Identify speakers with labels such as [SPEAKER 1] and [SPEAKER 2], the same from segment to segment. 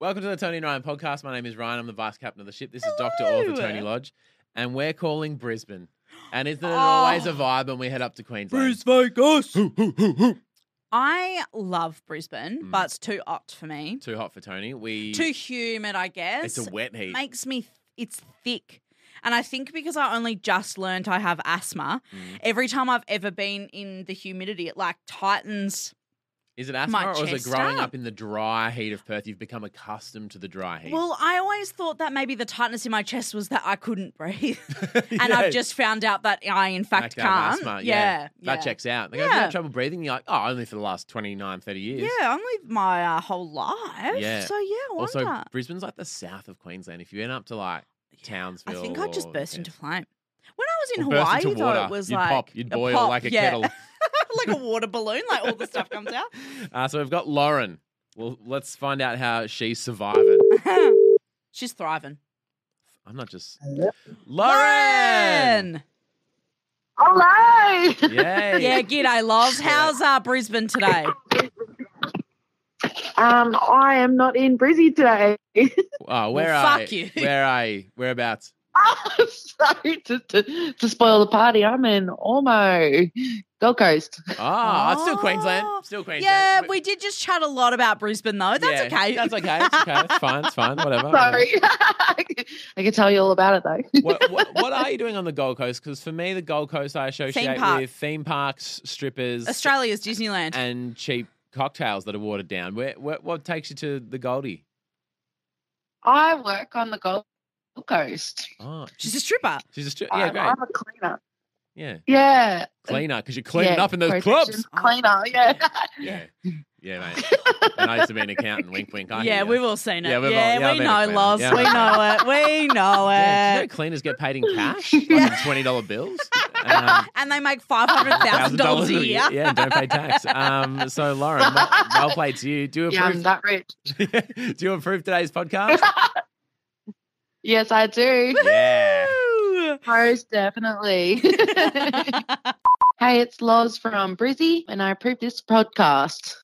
[SPEAKER 1] Welcome to the Tony and Ryan podcast. My name is Ryan. I'm the vice captain of the ship. This is Dr. Author Tony Lodge, and we're calling Brisbane. And isn't it always a vibe when we head up to Queensland?
[SPEAKER 2] Oh. Vegas.
[SPEAKER 1] Hoo, hoo, hoo, hoo.
[SPEAKER 2] I love Brisbane,
[SPEAKER 1] Mm.
[SPEAKER 2] but it's too hot for me.
[SPEAKER 1] Too hot for Tony. We
[SPEAKER 2] Too humid, I guess.
[SPEAKER 1] it's a wet heat.
[SPEAKER 2] makes me it's thick. And I think because I only just learnt I have asthma,
[SPEAKER 1] Mm.
[SPEAKER 2] every time I've ever been in the humidity, it like tightens.
[SPEAKER 1] Is it asthma
[SPEAKER 2] my
[SPEAKER 1] or is
[SPEAKER 2] chest
[SPEAKER 1] it growing
[SPEAKER 2] up.
[SPEAKER 1] up in the dry heat of Perth? You've become accustomed to the dry heat.
[SPEAKER 2] Well, I always thought that maybe the tightness in my chest was that I couldn't breathe. and I've just found out that I, in fact,
[SPEAKER 1] Like that
[SPEAKER 2] can't.
[SPEAKER 1] asthma,
[SPEAKER 2] yeah,
[SPEAKER 1] That
[SPEAKER 2] yeah.
[SPEAKER 1] checks out. They go, "Have you had
[SPEAKER 2] Yeah.
[SPEAKER 1] trouble breathing? You're like, oh, only for the last 29, 30 years.
[SPEAKER 2] Yeah, only my uh, whole life.
[SPEAKER 1] Yeah.
[SPEAKER 2] So, yeah, I wonder.
[SPEAKER 1] Also, Brisbane's like the south of Queensland. If you end up to like
[SPEAKER 2] I
[SPEAKER 1] Townsville,
[SPEAKER 2] think I'd just
[SPEAKER 1] or-
[SPEAKER 2] burst
[SPEAKER 1] yeah.
[SPEAKER 2] into flame. When I was in
[SPEAKER 1] Or burst
[SPEAKER 2] Hawaii,
[SPEAKER 1] into
[SPEAKER 2] though,
[SPEAKER 1] water.
[SPEAKER 2] it was
[SPEAKER 1] You'd
[SPEAKER 2] like
[SPEAKER 1] pop, you'd boil
[SPEAKER 2] pop,
[SPEAKER 1] like a
[SPEAKER 2] yeah.
[SPEAKER 1] kettle.
[SPEAKER 2] like a water balloon, like all the stuff comes out.
[SPEAKER 1] Uh, so we've got Lauren. Well, let's find out how she's surviving.
[SPEAKER 2] She's thriving.
[SPEAKER 1] I'm not just
[SPEAKER 3] Hello.
[SPEAKER 1] Lauren.
[SPEAKER 3] Hello.
[SPEAKER 1] Yay.
[SPEAKER 2] Yeah, g'day, loves. How's uh, Brisbane today?
[SPEAKER 3] Um, I am not in Brizzy today.
[SPEAKER 1] Oh, where
[SPEAKER 2] Well,
[SPEAKER 1] are
[SPEAKER 2] fuck
[SPEAKER 1] you?
[SPEAKER 2] you.
[SPEAKER 1] Where are you? Whereabouts?
[SPEAKER 3] Sorry to, to, to spoil the party. I'm in Ormo, Gold Coast.
[SPEAKER 1] Oh, it's still Queensland.
[SPEAKER 2] Oh.
[SPEAKER 1] Still Queensland.
[SPEAKER 2] Yeah, we did just chat a lot about Brisbane, though. That's
[SPEAKER 1] Yeah,
[SPEAKER 2] okay.
[SPEAKER 1] That's okay. It's okay. It's fine. It's fine. Whatever.
[SPEAKER 3] Sorry. I can tell you all about it though.
[SPEAKER 1] what, what, what are you doing on the Gold Coast? Because for me, the Gold Coast I associate
[SPEAKER 2] park.
[SPEAKER 1] with theme parks, strippers,
[SPEAKER 2] Australia's Disneyland.
[SPEAKER 1] and cheap cocktails that are watered down. Where, what, what takes you to the Goldie?
[SPEAKER 3] I work on the Gold Coast.
[SPEAKER 1] Oh,
[SPEAKER 2] She's a stripper.
[SPEAKER 1] she's a stri- yeah,
[SPEAKER 3] I'm,
[SPEAKER 1] great.
[SPEAKER 3] I'm a cleaner.
[SPEAKER 1] yeah,
[SPEAKER 3] Yeah.
[SPEAKER 1] cleaner because you're cleaning
[SPEAKER 3] Yeah,
[SPEAKER 1] up in those
[SPEAKER 3] protection
[SPEAKER 1] clubs.
[SPEAKER 3] Cleaner. Yeah.
[SPEAKER 1] Yeah, yeah, mate. And I used to be an accountant. Wink, wink. I
[SPEAKER 2] yeah,
[SPEAKER 1] hear ya.
[SPEAKER 2] we've all seen it.
[SPEAKER 1] Yeah,
[SPEAKER 2] Yeah,
[SPEAKER 1] we've all- yeah, I've
[SPEAKER 2] we
[SPEAKER 1] been
[SPEAKER 2] know,
[SPEAKER 1] to
[SPEAKER 2] loves.
[SPEAKER 1] Queensland.
[SPEAKER 2] we
[SPEAKER 1] Yeah.
[SPEAKER 2] know it. We know
[SPEAKER 1] Yeah, do you
[SPEAKER 2] it.
[SPEAKER 1] know cleaners get paid in cash, on twenty dollar bills, um,
[SPEAKER 2] and they make five hundred thousand dollars a year.
[SPEAKER 1] Yeah, don't pay tax. Um, so, Lauren, well, well played to you. Do you
[SPEAKER 3] yeah I'm
[SPEAKER 1] approve?
[SPEAKER 3] that rich.
[SPEAKER 1] do you approve today's podcast?
[SPEAKER 3] Yes, I do.
[SPEAKER 1] yeah.
[SPEAKER 2] Woo!
[SPEAKER 3] Most definitely. hey, it's Loz from Brizzy, and I approve this podcast.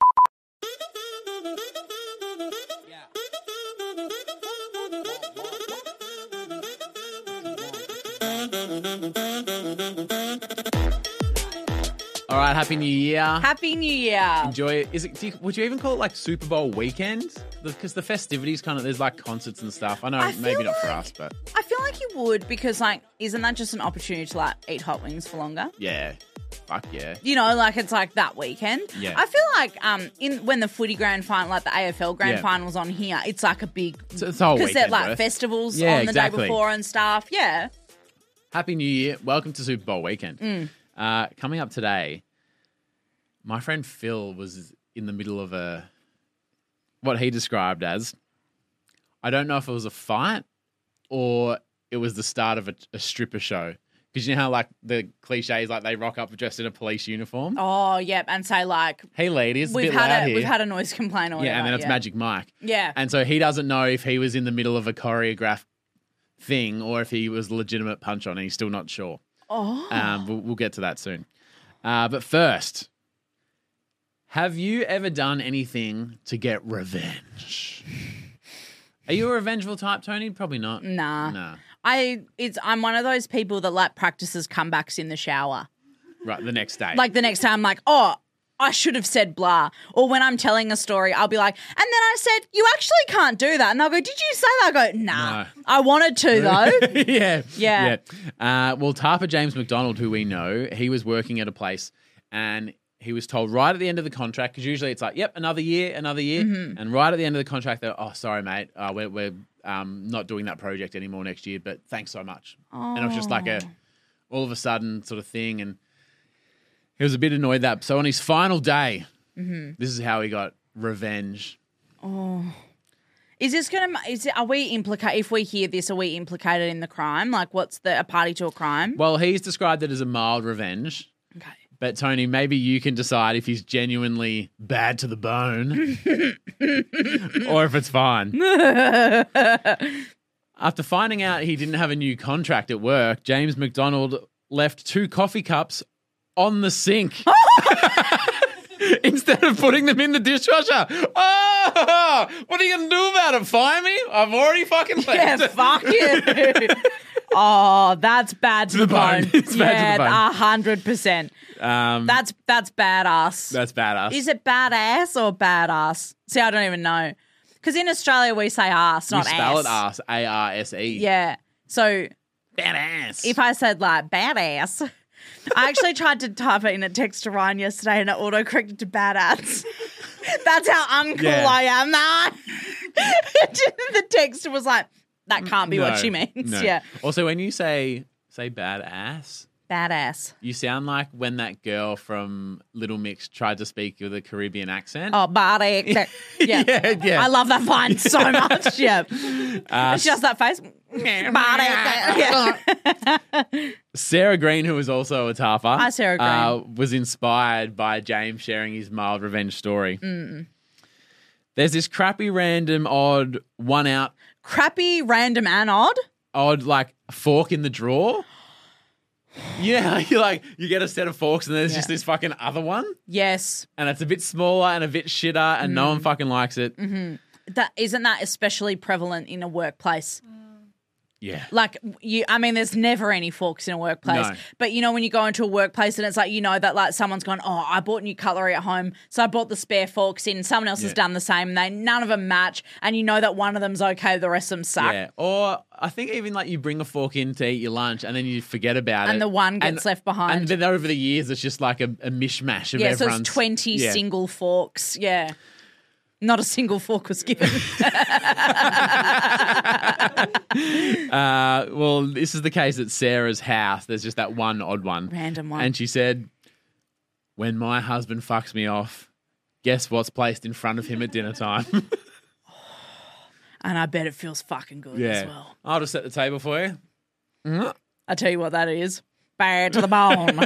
[SPEAKER 1] All right. Happy New Year.
[SPEAKER 2] Happy New Year.
[SPEAKER 1] Enjoy it. Is it? Do you, would you even call it like Super Bowl weekend? Because the festivities kind of there's like concerts and stuff. I know
[SPEAKER 2] I
[SPEAKER 1] maybe
[SPEAKER 2] feel
[SPEAKER 1] not for us, but
[SPEAKER 2] I feel like you would because, like, isn't that just an opportunity to like eat hot wings for longer?
[SPEAKER 1] yeah, fuck yeah.
[SPEAKER 2] You know, like it's like that weekend.
[SPEAKER 1] Yeah.
[SPEAKER 2] I feel like um in when the footy grand final, like the AFL grand
[SPEAKER 1] Yeah.
[SPEAKER 2] finals on here, it's like a big
[SPEAKER 1] It's, it's the whole
[SPEAKER 2] because they're
[SPEAKER 1] weekend.
[SPEAKER 2] like
[SPEAKER 1] worth.
[SPEAKER 2] festivals
[SPEAKER 1] Yeah,
[SPEAKER 2] on the
[SPEAKER 1] exactly.
[SPEAKER 2] day before and stuff. Yeah.
[SPEAKER 1] Happy New Year. Welcome to Super Bowl weekend.
[SPEAKER 2] Mm.
[SPEAKER 1] Uh, coming up today, my friend Phil was in the middle of a what he described as I don't know if it was a fight or it was the start of a, a stripper show. Because you know how like the cliches like they rock up dressed in a police uniform.
[SPEAKER 2] Oh, yep. And say like
[SPEAKER 1] Hey ladies,
[SPEAKER 2] we've
[SPEAKER 1] a bit loud
[SPEAKER 2] had a
[SPEAKER 1] here.
[SPEAKER 2] we've had a noise complaint or whatever.
[SPEAKER 1] yeah, and then it's Magic Mike.
[SPEAKER 2] Yeah.
[SPEAKER 1] And so he doesn't know if he was in the middle of a choreographed thing or if he was a legitimate punch on, and he's still not sure.
[SPEAKER 2] oh.
[SPEAKER 1] Um, we'll, we'll get to that soon. Uh, but first, have you ever done anything to get revenge? Are you a revengeful type, Tony? Probably not.
[SPEAKER 2] Nah.
[SPEAKER 1] Nah.
[SPEAKER 2] I it's I'm one of those people that like practices comebacks in the shower.
[SPEAKER 1] Right, the next day.
[SPEAKER 2] like the next time, like, oh, I should have said blah. Or when I'm telling a story, I'll be like, and then I said, you actually can't do that. And they'll go, did you say that? I go, nah,
[SPEAKER 1] No.
[SPEAKER 2] I wanted to though.
[SPEAKER 1] yeah. Yeah.
[SPEAKER 2] Yeah.
[SPEAKER 1] Uh, well, Tarpa James McDonald, who we know, he was working at a place and he was told right at the end of the contract, because usually it's like, yep, another year, another year. And right at the end of the contract, they're, oh, sorry, mate. Uh, we're we're um, not doing that project anymore next year, but thanks so much. And it was just like a all of a sudden sort of thing. And he was a bit annoyed that. So on his final day, this is how he got revenge.
[SPEAKER 2] Is this gonna? Is it? Are we implicated? If we hear this, are we implicated in the crime? Like, what's the a party to a crime?
[SPEAKER 1] Well, he's described it as a mild revenge.
[SPEAKER 2] Okay.
[SPEAKER 1] But Tony, maybe you can decide if he's genuinely bad to the bone or if it's fine. After finding out he didn't have a new contract at work, James McDonald left two coffee cups on the sink. instead of putting them in the dishwasher. Oh, what are you going to do about it? Fire me? I've already fucking left.
[SPEAKER 2] Yeah, fuck you. oh, that's bad to,
[SPEAKER 1] the
[SPEAKER 2] the
[SPEAKER 1] bone.
[SPEAKER 2] bone.
[SPEAKER 1] It's bad to the
[SPEAKER 2] yeah,
[SPEAKER 1] bone.
[SPEAKER 2] a hundred percent.
[SPEAKER 1] Um,
[SPEAKER 2] That's that's badass.
[SPEAKER 1] that's badass.
[SPEAKER 2] Is it badass or badass? See, I don't even know. Because in Australia we say ass,
[SPEAKER 1] we
[SPEAKER 2] not
[SPEAKER 1] spell
[SPEAKER 2] ass.
[SPEAKER 1] it ass. A R S E.
[SPEAKER 2] Yeah. So
[SPEAKER 1] Badass.
[SPEAKER 2] if I said like badass, I actually tried to type it in a text to Ryan yesterday and it autocorrected to badass. That's how uncool
[SPEAKER 1] Yeah.
[SPEAKER 2] I am. Nah. the text was like, that can't be
[SPEAKER 1] No,
[SPEAKER 2] what she means.
[SPEAKER 1] no.
[SPEAKER 2] Yeah.
[SPEAKER 1] Also, when you say say badass,
[SPEAKER 2] Badass.
[SPEAKER 1] you sound like when that girl from Little Mix tried to speak with a Caribbean accent.
[SPEAKER 2] Oh, badass. Yeah.
[SPEAKER 1] yeah, yeah.
[SPEAKER 2] I love that vine so much. Yeah.
[SPEAKER 1] Uh,
[SPEAKER 2] It's just that face. badass. Yeah.
[SPEAKER 1] Sarah Green, who was also a tarpa,
[SPEAKER 2] Hi, Sarah Green.
[SPEAKER 1] uh, was inspired by James sharing his mild revenge story. There's this crappy, random, odd one out,
[SPEAKER 2] Crappy, random, and odd.
[SPEAKER 1] odd like fork in the drawer. Yeah, you like you get a set of forks and there's just
[SPEAKER 2] Yeah.
[SPEAKER 1] this fucking other one,
[SPEAKER 2] Yes.
[SPEAKER 1] and it's a bit smaller and a bit shitter, and no
[SPEAKER 2] Mm.
[SPEAKER 1] one fucking likes it.
[SPEAKER 2] Mm-hmm. That isn't that especially prevalent in a workplace.
[SPEAKER 1] Yeah,
[SPEAKER 2] Like you, I mean, there's never any forks in a workplace.
[SPEAKER 1] No.
[SPEAKER 2] But you know, when you go into a workplace and it's like you know that like someone's gone, oh, I bought new cutlery at home, so I bought the spare forks in. Someone else has
[SPEAKER 1] Yeah.
[SPEAKER 2] done the same. They none of them match, and you know that one of them's okay, the rest of them suck.
[SPEAKER 1] yeah. Or I think even like you bring a fork in to eat your lunch, and then you forget about it,
[SPEAKER 2] And the one gets
[SPEAKER 1] And-
[SPEAKER 2] left
[SPEAKER 1] And
[SPEAKER 2] behind.
[SPEAKER 1] then over the years, it's just like a, a mishmash of
[SPEAKER 2] yeah, so
[SPEAKER 1] everyone's.
[SPEAKER 2] it's twenty
[SPEAKER 1] yeah.
[SPEAKER 2] single forks. Yeah, not a single fork was given.
[SPEAKER 1] Uh, well, this is the case at Sarah's house. There's just that one odd one.
[SPEAKER 2] Random one.
[SPEAKER 1] And she said, When my husband fucks me off, guess what's placed in front of him at dinner time?
[SPEAKER 2] and I bet it feels fucking good as well.
[SPEAKER 1] I'll just set the table for you.
[SPEAKER 2] I tell you what that is. Bad to the bone.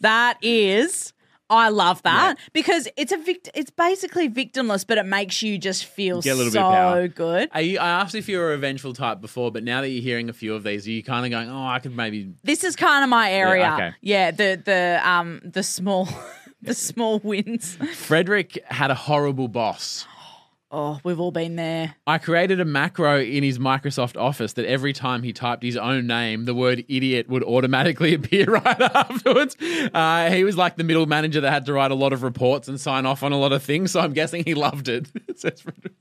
[SPEAKER 2] that is. I love that because it's a vict- it's basically victimless, but it makes you just feel
[SPEAKER 1] Get a little bit of
[SPEAKER 2] so
[SPEAKER 1] power.
[SPEAKER 2] good.
[SPEAKER 1] Are you, I asked if you were a vengeful type before, but now that you're hearing a few of these, are you kind of going, Oh, I could maybe.
[SPEAKER 2] This is kind of my area. Yeah,
[SPEAKER 1] okay.
[SPEAKER 2] the the um the small the small wins.
[SPEAKER 1] Frederick had a horrible boss.
[SPEAKER 2] Oh, we've all been there.
[SPEAKER 1] I created a macro in his Microsoft Office that every time he typed his own name, the word idiot would automatically appear right afterwards. Uh, he was like the middle manager that had to write a lot of reports and sign off on a lot of things, so I'm guessing he loved it. Says Frederick.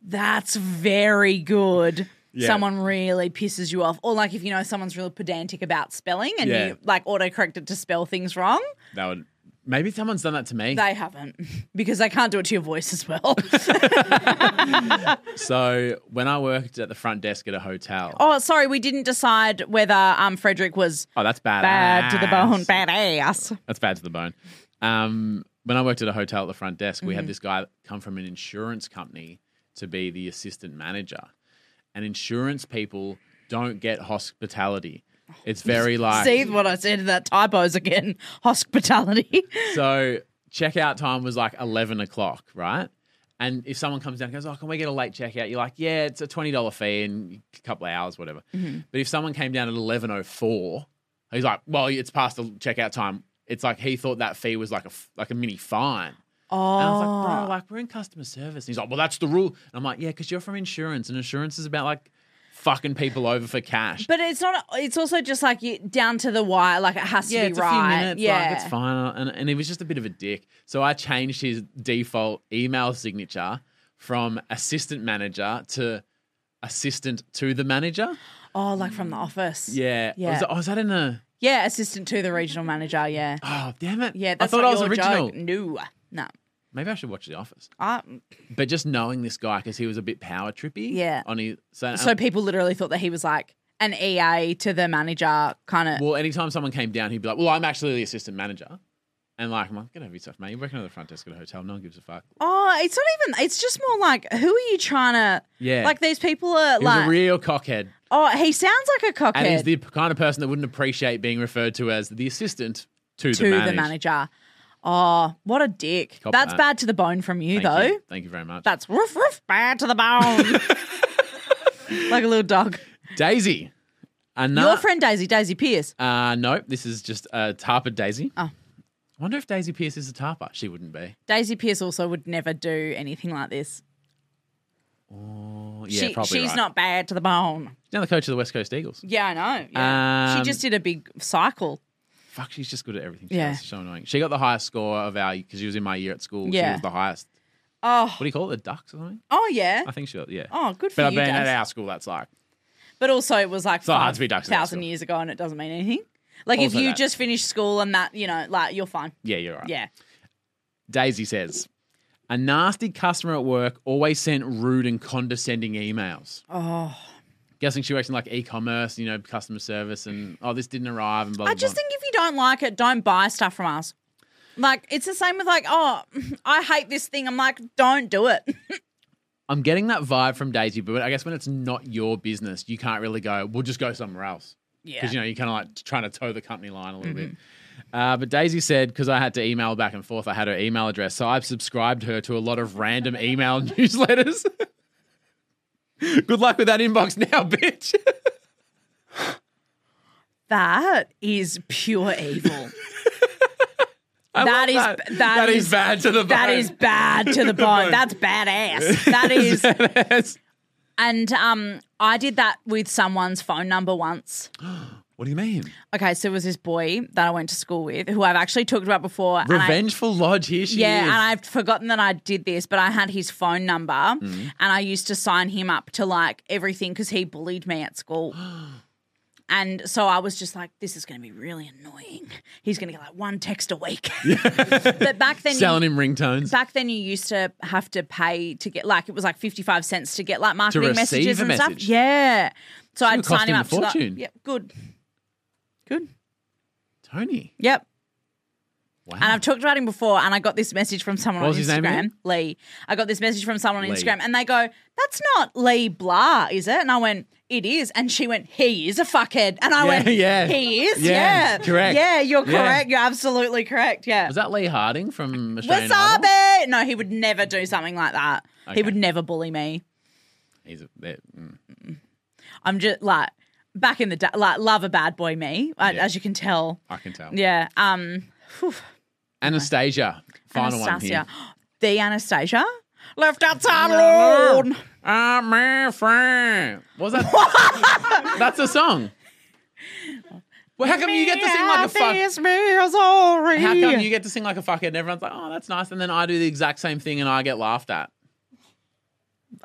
[SPEAKER 2] That's very good.
[SPEAKER 1] Yeah.
[SPEAKER 2] Someone really pisses you off, or like if you know someone's really pedantic about spelling and
[SPEAKER 1] Yeah.
[SPEAKER 2] you like autocorrect it to spell things wrong.
[SPEAKER 1] that would. Maybe someone's done that to me.
[SPEAKER 2] They haven't because they can't do it to your voice as well.
[SPEAKER 1] So when I worked at the front desk at a hotel, oh,
[SPEAKER 2] Oh, sorry, we didn't decide whether um Frederick was
[SPEAKER 1] that's bad.
[SPEAKER 2] bad to the bone, badass.
[SPEAKER 1] That's bad to the bone. Um, when I worked at a hotel at the front desk, we had this guy come from an insurance company to be the assistant manager. And insurance people don't get hospitality. It's very like
[SPEAKER 2] See what I said to that typos again. Hospitality.
[SPEAKER 1] so checkout time was like eleven o'clock, right? And if someone comes down and goes, "Oh, can we get a late checkout?" You're like, "Yeah, it's a twenty dollar fee and a couple of hours, whatever." But if someone came down at eleven oh four, he's like, "Well, it's past the checkout time." It's like he thought that fee was like a f- like a mini fine.
[SPEAKER 2] Oh,
[SPEAKER 1] And I was like, bro, like we're in customer service. And he's like, well, that's the rule. And I'm like, yeah, because you're from insurance, and insurance is about like fucking people over for cash.
[SPEAKER 2] but it's not. It's also just like you down to the wire. Like it has to
[SPEAKER 1] yeah,
[SPEAKER 2] be
[SPEAKER 1] it's
[SPEAKER 2] right.
[SPEAKER 1] a few minutes.
[SPEAKER 2] yeah,
[SPEAKER 1] like, it's fine. And and he was just a bit of a dick. So I changed his default email signature from assistant manager to assistant to the manager.
[SPEAKER 2] Oh, like from the office.
[SPEAKER 1] Yeah, I
[SPEAKER 2] Yeah.
[SPEAKER 1] was, like, oh, is that in a?
[SPEAKER 2] Yeah, assistant to the regional manager. Yeah.
[SPEAKER 1] Oh, damn it.
[SPEAKER 2] Yeah.
[SPEAKER 1] I
[SPEAKER 2] That's
[SPEAKER 1] thought
[SPEAKER 2] not
[SPEAKER 1] I was
[SPEAKER 2] your
[SPEAKER 1] original. Um,
[SPEAKER 2] Joke. No. No.
[SPEAKER 1] Maybe I should watch The Office.
[SPEAKER 2] I,
[SPEAKER 1] But just knowing this guy because he was a bit power trippy.
[SPEAKER 2] Yeah.
[SPEAKER 1] On his so,
[SPEAKER 2] so people literally thought that he was like an EA to the manager kind of.
[SPEAKER 1] Well, anytime someone came down, he'd be like, "Well, I'm actually the assistant manager," and like, "I'm like, get over yourself, mate. You're working at the front desk at a hotel. No one gives a fuck."
[SPEAKER 2] Oh, it's not even. It's just more like who are you trying to?
[SPEAKER 1] Yeah,
[SPEAKER 2] Like these people
[SPEAKER 1] he
[SPEAKER 2] are
[SPEAKER 1] was
[SPEAKER 2] like.
[SPEAKER 1] a real cockhead,
[SPEAKER 2] oh, he sounds like a cockhead
[SPEAKER 1] and he's the kind of person that wouldn't appreciate being referred to as the assistant to,
[SPEAKER 2] to
[SPEAKER 1] the,
[SPEAKER 2] the,
[SPEAKER 1] manage.
[SPEAKER 2] manager. Oh, what a dick!
[SPEAKER 1] Cop
[SPEAKER 2] That's
[SPEAKER 1] that.
[SPEAKER 2] bad to the bone from you,
[SPEAKER 1] Thank
[SPEAKER 2] though.
[SPEAKER 1] you. Thank you very much,
[SPEAKER 2] That's roof roof bad to the bone, like a little dog.
[SPEAKER 1] Daisy. Another
[SPEAKER 2] Your friend Daisy, Daisy Pierce.
[SPEAKER 1] Uh, no, this is just a tarpa Daisy.
[SPEAKER 2] Oh.
[SPEAKER 1] I wonder if Daisy Pierce is a tarper. She wouldn't be.
[SPEAKER 2] Daisy Pierce also would never do anything like this.
[SPEAKER 1] Oh, yeah,
[SPEAKER 2] she,
[SPEAKER 1] probably.
[SPEAKER 2] she's
[SPEAKER 1] right.
[SPEAKER 2] not bad to the bone.
[SPEAKER 1] She's now the coach of the West Coast Eagles.
[SPEAKER 2] Yeah, I know. Yeah. she
[SPEAKER 1] Um,
[SPEAKER 2] just did a big cycle.
[SPEAKER 1] Fuck, she's just good at everything. She
[SPEAKER 2] Yeah.
[SPEAKER 1] yeah. Does. She's so annoying. She got the highest score of our because she was in my year at school. She
[SPEAKER 2] Yeah.
[SPEAKER 1] was the highest.
[SPEAKER 2] Oh,
[SPEAKER 1] What do you call it? The ducks or something?
[SPEAKER 2] oh yeah.
[SPEAKER 1] I think she got yeah.
[SPEAKER 2] Oh, good for
[SPEAKER 1] but I've
[SPEAKER 2] you,
[SPEAKER 1] been at
[SPEAKER 2] Daz.
[SPEAKER 1] our school. That's like
[SPEAKER 2] But also, it was like
[SPEAKER 1] So hard
[SPEAKER 2] five
[SPEAKER 1] to be ducks at that
[SPEAKER 2] thousand
[SPEAKER 1] school.
[SPEAKER 2] years ago, and it doesn't mean anything. Like if
[SPEAKER 1] Also
[SPEAKER 2] you
[SPEAKER 1] that.
[SPEAKER 2] just finish school and that, you know, like you're fine.
[SPEAKER 1] yeah, you're right.
[SPEAKER 2] Yeah.
[SPEAKER 1] Daisy says, a nasty customer at work always sent rude and condescending emails.
[SPEAKER 2] Oh,
[SPEAKER 1] Guessing she works in like e-commerce, you know, customer service, and oh, this didn't arrive, and blah. blah
[SPEAKER 2] I just
[SPEAKER 1] blah.
[SPEAKER 2] think if you don't like it, don't buy stuff from us. Like it's the same with like, oh, I hate this thing. I'm like, don't do it.
[SPEAKER 1] I'm getting that vibe from Daisy, but I guess when it's not your business, you can't really go. We'll just go somewhere else.
[SPEAKER 2] yeah. Mm-hmm.
[SPEAKER 1] because you know you're kind of like trying to toe the company line a little bit. Uh, but Daisy said because I had to email back and forth, I had her email address, so I've subscribed her to a lot of random email newsletters. Good luck with that inbox now, bitch.
[SPEAKER 2] that is pure evil. That is
[SPEAKER 1] that,
[SPEAKER 2] that is
[SPEAKER 1] bad to the
[SPEAKER 2] that is bad to the bone. That's badass. That is
[SPEAKER 1] is.
[SPEAKER 2] And um, I did that with someone's phone number once.
[SPEAKER 1] what do you mean?
[SPEAKER 2] Okay, so it was this boy that I went to school with, who I've actually talked about before. and I-
[SPEAKER 1] Revengeful Lodge. Here she
[SPEAKER 2] yeah,
[SPEAKER 1] is.
[SPEAKER 2] and I've forgotten that I did this, but I had his phone number
[SPEAKER 1] Mm.
[SPEAKER 2] and I used to sign him up to like everything because he bullied me at school. And so I was just like, this is going to be really annoying. He's going to get like one text a week. but back then, you,
[SPEAKER 1] selling him ringtones.
[SPEAKER 2] back then you used to have to pay to get like it was like 55 cents to get like marketing
[SPEAKER 1] receive
[SPEAKER 2] messages
[SPEAKER 1] a
[SPEAKER 2] and
[SPEAKER 1] message.
[SPEAKER 2] stuff yeah so
[SPEAKER 1] would
[SPEAKER 2] i'd
[SPEAKER 1] cost
[SPEAKER 2] sign
[SPEAKER 1] him
[SPEAKER 2] him
[SPEAKER 1] a
[SPEAKER 2] up to like,
[SPEAKER 1] fortune.
[SPEAKER 2] yep good good
[SPEAKER 1] Tony.
[SPEAKER 2] yep
[SPEAKER 1] Wow.
[SPEAKER 2] and I've talked about him before, and I got this message from someone
[SPEAKER 1] What
[SPEAKER 2] on
[SPEAKER 1] was his
[SPEAKER 2] Instagram,
[SPEAKER 1] name again?
[SPEAKER 2] Lee. I got this message from someone on
[SPEAKER 1] Lee.
[SPEAKER 2] Instagram, and they go, "That's not Lee Blah, is it?" And I went, "It is." And she went, "He is a fuckhead," and I
[SPEAKER 1] Yeah,
[SPEAKER 2] went,
[SPEAKER 1] yeah.
[SPEAKER 2] he is,
[SPEAKER 1] Yeah,
[SPEAKER 2] yeah,
[SPEAKER 1] correct.
[SPEAKER 2] yeah, you're
[SPEAKER 1] Yeah.
[SPEAKER 2] correct, you're absolutely correct, yeah."
[SPEAKER 1] was that Lee Harding from Australian Idol?
[SPEAKER 2] Wasabi? No, he would never do something like that.
[SPEAKER 1] Okay.
[SPEAKER 2] He would never bully me.
[SPEAKER 1] He's a, they're- mm.
[SPEAKER 2] I'm just like back in the day, like love a bad boy me, I,
[SPEAKER 1] Yeah.
[SPEAKER 2] as you can tell.
[SPEAKER 1] I can tell.
[SPEAKER 2] Yeah. Um. whew.
[SPEAKER 1] Anastasia. Final one here.
[SPEAKER 2] Anastasia. The Anastasia left outside alone.
[SPEAKER 1] I'm a friend. What was that? That's a song. Well, how come you get to sing like a fuck? How come you get to sing like a fuckhead and everyone's like, oh, that's nice, and then I do the exact same thing and I get laughed at?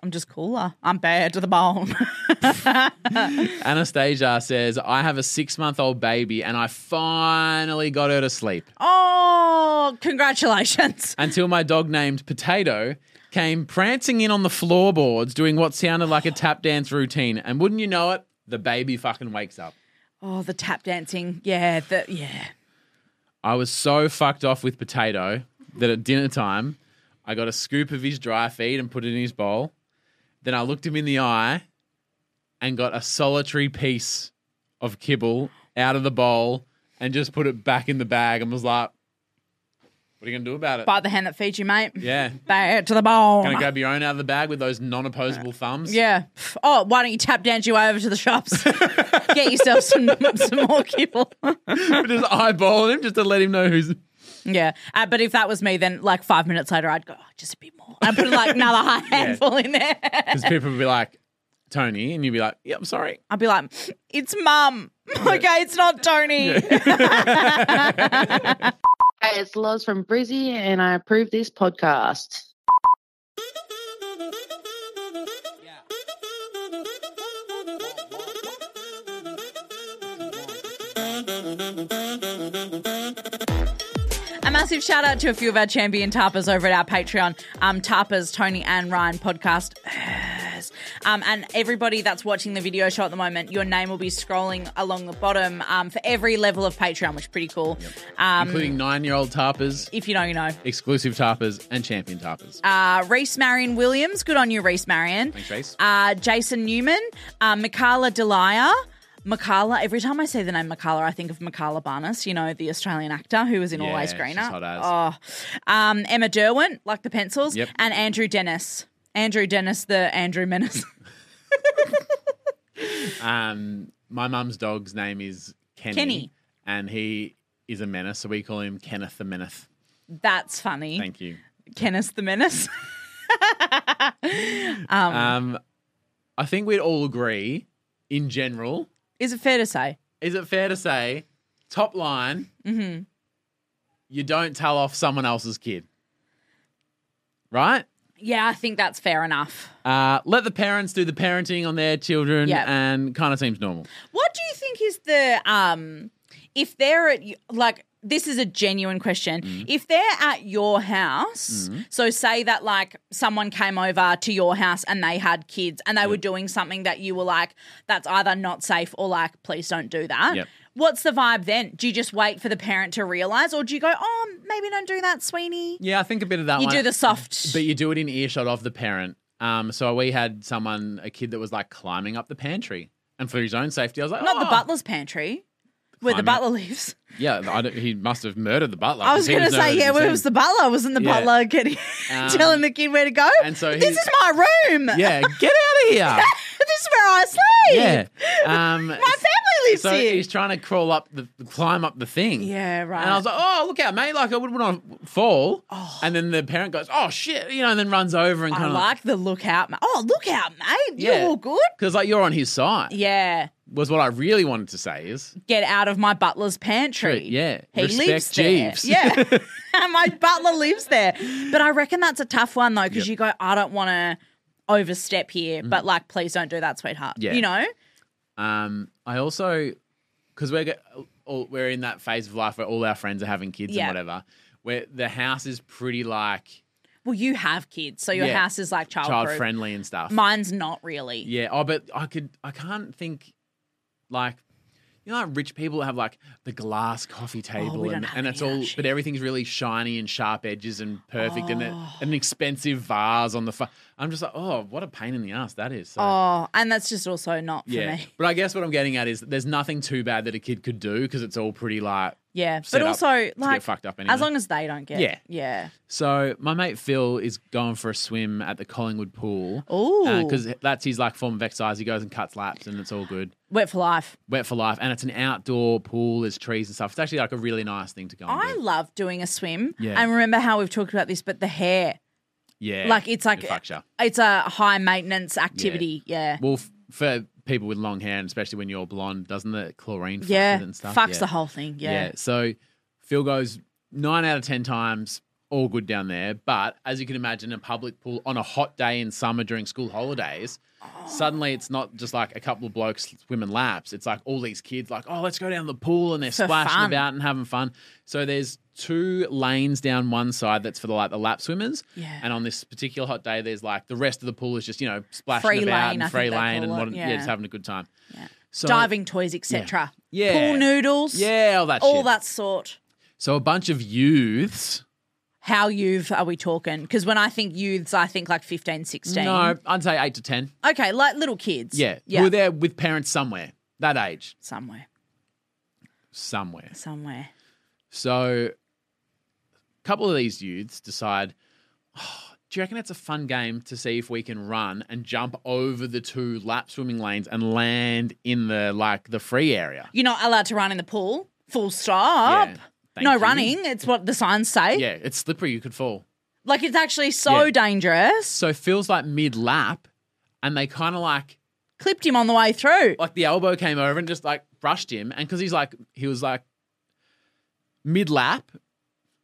[SPEAKER 2] I'm just cooler. I'm bad to the bone.
[SPEAKER 1] Anastasia says, I have a six month old baby and I finally got her to sleep
[SPEAKER 2] oh, congratulations.
[SPEAKER 1] until my dog named Potato came prancing in on the floorboards doing what sounded like a tap dance routine. And wouldn't you know it, the baby fucking wakes up.
[SPEAKER 2] Oh, the tap dancing. Yeah, the yeah.
[SPEAKER 1] I was so fucked off with potato that at dinner time, I got a scoop of his dry feed and put it in his bowl. Then I looked him in the eye and got a solitary piece of kibble out of the bowl and just put it back in the bag and was like, what are you going to do about it?
[SPEAKER 2] Bite the hand that feeds you, mate.
[SPEAKER 1] yeah.
[SPEAKER 2] Bad to the bone.
[SPEAKER 1] Gonna grab your own out of the bag with those non opposable thumbs?
[SPEAKER 2] Yeah. Oh, why don't you tap dance your way over to the shops? Get yourself some some more kibble.
[SPEAKER 1] just eyeballing him just to let him know who's.
[SPEAKER 2] yeah. Uh, but if that was me, then like five minutes later, I'd go, oh, just a bit more. I'd put like another handful in there.
[SPEAKER 1] Because people would be like, Tony. And you'd be like, yeah, I'm sorry.
[SPEAKER 2] I'd be like, it's mum. Okay, it's not Tony.
[SPEAKER 3] Hey, it's Loz from Brizzy, and I approve this podcast.
[SPEAKER 2] A massive shout out to a few of our champion tarpers over at our Patreon, um, Tarpers, Tony and Ryan podcast. Yes. Um, and everybody that's watching the video show at the moment, your name will be scrolling along the bottom um, for every level of Patreon, which is pretty cool. Um,
[SPEAKER 1] Including nine year old tarpers,
[SPEAKER 2] if you know, you know.
[SPEAKER 1] exclusive tarpers, and champion tarpers.
[SPEAKER 2] Uh, Reese Marion Williams, good on you, Reese Marion.
[SPEAKER 1] Thanks, Reese.
[SPEAKER 2] Uh, Jason Newman, uh, Mikala Delia. Mikala, every time I say the name Mikala, I think of Mikala Barnes, you know, the Australian actor who was in
[SPEAKER 1] Yeah,
[SPEAKER 2] Always
[SPEAKER 1] she's
[SPEAKER 2] Greener.
[SPEAKER 1] hot as.
[SPEAKER 2] Oh. Um, Emma Derwent, like the pencils,
[SPEAKER 1] Yep.
[SPEAKER 2] and Andrew Dennis. Andrew Dennis, the Andrew Menace.
[SPEAKER 1] Um, my mum's dog's name is Kenny,
[SPEAKER 2] Kenny.
[SPEAKER 1] and he is a menace, so we call him Kenneth the Menace.
[SPEAKER 2] That's funny.
[SPEAKER 1] Thank you.
[SPEAKER 2] Kenneth the Menace. um,
[SPEAKER 1] Um, I think we'd all agree, in general,
[SPEAKER 2] is it fair to say?
[SPEAKER 1] is it fair to say, top line,
[SPEAKER 2] hmm
[SPEAKER 1] you don't tell off someone else's kid, right?
[SPEAKER 2] Yeah, I think that's fair enough.
[SPEAKER 1] Uh, let the parents do the parenting on their children,
[SPEAKER 2] Yep.
[SPEAKER 1] and kind of seems normal.
[SPEAKER 2] What do you think is the um if they're at y- like this is a genuine question.
[SPEAKER 1] Mm.
[SPEAKER 2] If they're at your house, so say that like someone came over to your house and they had kids and they were doing something that you were like, that's either not safe or like, please don't do that.
[SPEAKER 1] Yep.
[SPEAKER 2] What's the vibe then? Do you just wait for the parent to realize or do you go, oh, maybe don't do that, Sweeney?
[SPEAKER 1] Yeah, I think a bit of that.
[SPEAKER 2] You
[SPEAKER 1] one.
[SPEAKER 2] do the soft.
[SPEAKER 1] But you do it in earshot of the parent. Um, so we had someone, a kid that was like climbing up the pantry, and for his own safety, I was like,
[SPEAKER 2] not
[SPEAKER 1] "Oh."
[SPEAKER 2] the butler's pantry where the
[SPEAKER 1] Climb up.
[SPEAKER 2] butler lives.
[SPEAKER 1] Yeah, I don't- he must have murdered the butler.
[SPEAKER 2] I was
[SPEAKER 1] 'cause he
[SPEAKER 2] going to say,
[SPEAKER 1] nowhere
[SPEAKER 2] yeah,
[SPEAKER 1] be
[SPEAKER 2] well, it
[SPEAKER 1] seen.
[SPEAKER 2] was the butler. Wasn't the
[SPEAKER 1] Yeah.
[SPEAKER 2] butler getting,
[SPEAKER 1] Um,
[SPEAKER 2] telling the kid where to go?
[SPEAKER 1] and so
[SPEAKER 2] this
[SPEAKER 1] he-
[SPEAKER 2] is my room.
[SPEAKER 1] Yeah, get out of here.
[SPEAKER 2] this is where I sleep.
[SPEAKER 1] yeah. Um,
[SPEAKER 2] My family lives
[SPEAKER 1] so
[SPEAKER 2] here.
[SPEAKER 1] he's trying to crawl up the climb up the thing.
[SPEAKER 2] Yeah, right.
[SPEAKER 1] And I was like, oh, look out, mate. Like, I wouldn't want to fall.
[SPEAKER 2] Oh.
[SPEAKER 1] And then the parent goes, oh, shit. You know, and then runs over and
[SPEAKER 2] I
[SPEAKER 1] kind of
[SPEAKER 2] like the lookout. ma- Oh, lookout, mate. You're
[SPEAKER 1] Yeah.
[SPEAKER 2] all good.
[SPEAKER 1] Because, like, you're on his side,
[SPEAKER 2] Yeah.
[SPEAKER 1] was what I really wanted to say is.
[SPEAKER 2] Get out of my butler's pantry.
[SPEAKER 1] Yeah.
[SPEAKER 2] He
[SPEAKER 1] Respect
[SPEAKER 2] lives
[SPEAKER 1] Jeeves.
[SPEAKER 2] there. Yeah. and my butler lives there. But I reckon that's a tough one, though, because you go, I don't want to overstep here, but like, please don't do that, sweetheart.
[SPEAKER 1] Mm-hmm. Yeah.
[SPEAKER 2] You know?
[SPEAKER 1] Um, I also, because we're get- all, we're in that phase of life where all our friends are having kids
[SPEAKER 2] Yeah.
[SPEAKER 1] and whatever, where the house is pretty like
[SPEAKER 2] Well, you have kids, so your
[SPEAKER 1] Yeah.
[SPEAKER 2] house is like child,
[SPEAKER 1] child
[SPEAKER 2] proof.
[SPEAKER 1] friendly and stuff.
[SPEAKER 2] Mine's not really.
[SPEAKER 1] yeah. Oh, but I could, I can't think, like. You know, like rich people have like the glass coffee table,
[SPEAKER 2] Oh, don't
[SPEAKER 1] and,
[SPEAKER 2] have
[SPEAKER 1] and
[SPEAKER 2] any
[SPEAKER 1] it's
[SPEAKER 2] of that
[SPEAKER 1] all,
[SPEAKER 2] shit.
[SPEAKER 1] but everything's really shiny and sharp edges and perfect, and a-
[SPEAKER 2] Oh.
[SPEAKER 1] an expensive vase on the. Fu- I'm just like, oh, what a pain in the ass that is. So,
[SPEAKER 2] Oh, and that's just also not for
[SPEAKER 1] yeah,
[SPEAKER 2] me.
[SPEAKER 1] but I guess what I'm getting at is that there's nothing too bad that a kid could do because it's all pretty like
[SPEAKER 2] Yeah,
[SPEAKER 1] set
[SPEAKER 2] but
[SPEAKER 1] up
[SPEAKER 2] also
[SPEAKER 1] to get
[SPEAKER 2] like
[SPEAKER 1] fucked up anyway.
[SPEAKER 2] as long as they don't get.
[SPEAKER 1] Yeah.
[SPEAKER 2] yeah.
[SPEAKER 1] so my mate Phil is going for a swim at the Collingwood pool
[SPEAKER 2] Ooh,
[SPEAKER 1] because that's his like form of exercise. He goes and cuts laps, and it's all good.
[SPEAKER 2] wet for life.
[SPEAKER 1] Wet for life, and it's an outdoor pool. There's trees and stuff. It's actually like a really nice thing to go.
[SPEAKER 2] I
[SPEAKER 1] and do.
[SPEAKER 2] love doing a swim.
[SPEAKER 1] Oh, Yeah.
[SPEAKER 2] and remember how we've talked about this, but the hair,
[SPEAKER 1] yeah,
[SPEAKER 2] like it's like
[SPEAKER 1] it fucks ya.
[SPEAKER 2] it's a high maintenance activity. Yeah,
[SPEAKER 1] Well, f- for people with long hair, and especially when you're blonde, doesn't the chlorine fuck
[SPEAKER 2] yeah,
[SPEAKER 1] with it and stuff?
[SPEAKER 2] fucks
[SPEAKER 1] Yeah.
[SPEAKER 2] the whole thing.
[SPEAKER 1] Yeah.
[SPEAKER 2] Yeah,
[SPEAKER 1] So Phil goes nine out of 10 times, all good down there. But as you can imagine, a public pool on a hot day in summer during school holidays, suddenly it's not just like a couple of blokes swimming laps. It's like all these kids, like, oh, let's go down the pool and they're
[SPEAKER 2] For
[SPEAKER 1] splashing
[SPEAKER 2] fun.
[SPEAKER 1] about and having fun. So there's two lanes down one side that's for the like the lap swimmers.
[SPEAKER 2] Yeah.
[SPEAKER 1] And on this particular hot day, there's like the rest of the pool is just, you know, splashing
[SPEAKER 2] Free
[SPEAKER 1] about
[SPEAKER 2] lane, I
[SPEAKER 1] and
[SPEAKER 2] think
[SPEAKER 1] free
[SPEAKER 2] they
[SPEAKER 1] lane and
[SPEAKER 2] call it.
[SPEAKER 1] what, yeah.
[SPEAKER 2] Yeah.
[SPEAKER 1] just having a good time.
[SPEAKER 2] Yeah.
[SPEAKER 1] So,
[SPEAKER 2] diving toys, etc.
[SPEAKER 1] Yeah.
[SPEAKER 2] pool noodles.
[SPEAKER 1] Yeah, all that
[SPEAKER 2] all
[SPEAKER 1] shit.
[SPEAKER 2] that sort.
[SPEAKER 1] So a bunch of youths.
[SPEAKER 2] How youth are we talking? Because when I think youths, I think like 15, 16.
[SPEAKER 1] No, I'd say eight to ten.
[SPEAKER 2] Okay, like little kids.
[SPEAKER 1] Yeah,
[SPEAKER 2] Yeah.
[SPEAKER 1] Who are there with parents somewhere that age,
[SPEAKER 2] somewhere.
[SPEAKER 1] somewhere.
[SPEAKER 2] Somewhere.
[SPEAKER 1] So, a couple of these youths decide. "Oh, do you reckon it's a fun game to see if we can run and jump over the two lap swimming lanes and land in the like the free area?
[SPEAKER 2] You're not allowed to run in the pool. Full stop.
[SPEAKER 1] Yeah, thank
[SPEAKER 2] no
[SPEAKER 1] you.
[SPEAKER 2] running. It's what the signs say.
[SPEAKER 1] Yeah, it's slippery. You could fall.
[SPEAKER 2] Like it's actually so
[SPEAKER 1] Yeah.
[SPEAKER 2] dangerous.
[SPEAKER 1] So Phil's like mid lap, and they kind of like
[SPEAKER 2] Clipped him on the way through.
[SPEAKER 1] like the elbow came over and just like brushed him. And because he's like, he was like mid lap.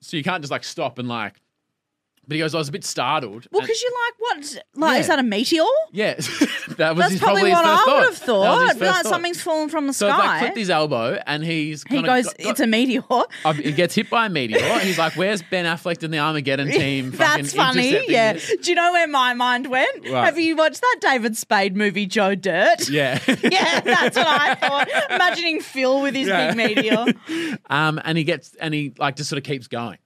[SPEAKER 1] So you can't just like stop and like, but he goes, I was a bit startled.
[SPEAKER 2] Well,
[SPEAKER 1] And-
[SPEAKER 2] because you're like, what? Like,
[SPEAKER 1] Yeah.
[SPEAKER 2] is that a meteor?
[SPEAKER 1] yeah, that was
[SPEAKER 2] That's
[SPEAKER 1] his, probably,
[SPEAKER 2] probably, what
[SPEAKER 1] his first
[SPEAKER 2] I
[SPEAKER 1] thought.
[SPEAKER 2] would have
[SPEAKER 1] That was his
[SPEAKER 2] thought. Be
[SPEAKER 1] first
[SPEAKER 2] Like
[SPEAKER 1] thought.
[SPEAKER 2] something's fallen from the
[SPEAKER 1] So it's like
[SPEAKER 2] sky.
[SPEAKER 1] clipped his elbow and he's
[SPEAKER 2] he
[SPEAKER 1] kinda
[SPEAKER 2] goes,
[SPEAKER 1] got- got-
[SPEAKER 2] it's a meteor.
[SPEAKER 1] uh, he gets hit by a meteor. He's like, "Where's Ben Affleck and the Armageddon team?" fucking
[SPEAKER 2] That's funny.
[SPEAKER 1] intercepting
[SPEAKER 2] Yeah.
[SPEAKER 1] this?"
[SPEAKER 2] Do you know where my mind went?
[SPEAKER 1] Right.
[SPEAKER 2] Have you watched that David Spade movie, Joe Dirt?
[SPEAKER 1] yeah,
[SPEAKER 2] Yeah, that's what I thought. Imagining Phil with his
[SPEAKER 1] Yeah.
[SPEAKER 2] big meteor.
[SPEAKER 1] Um, and he gets and he like just sort of keeps going,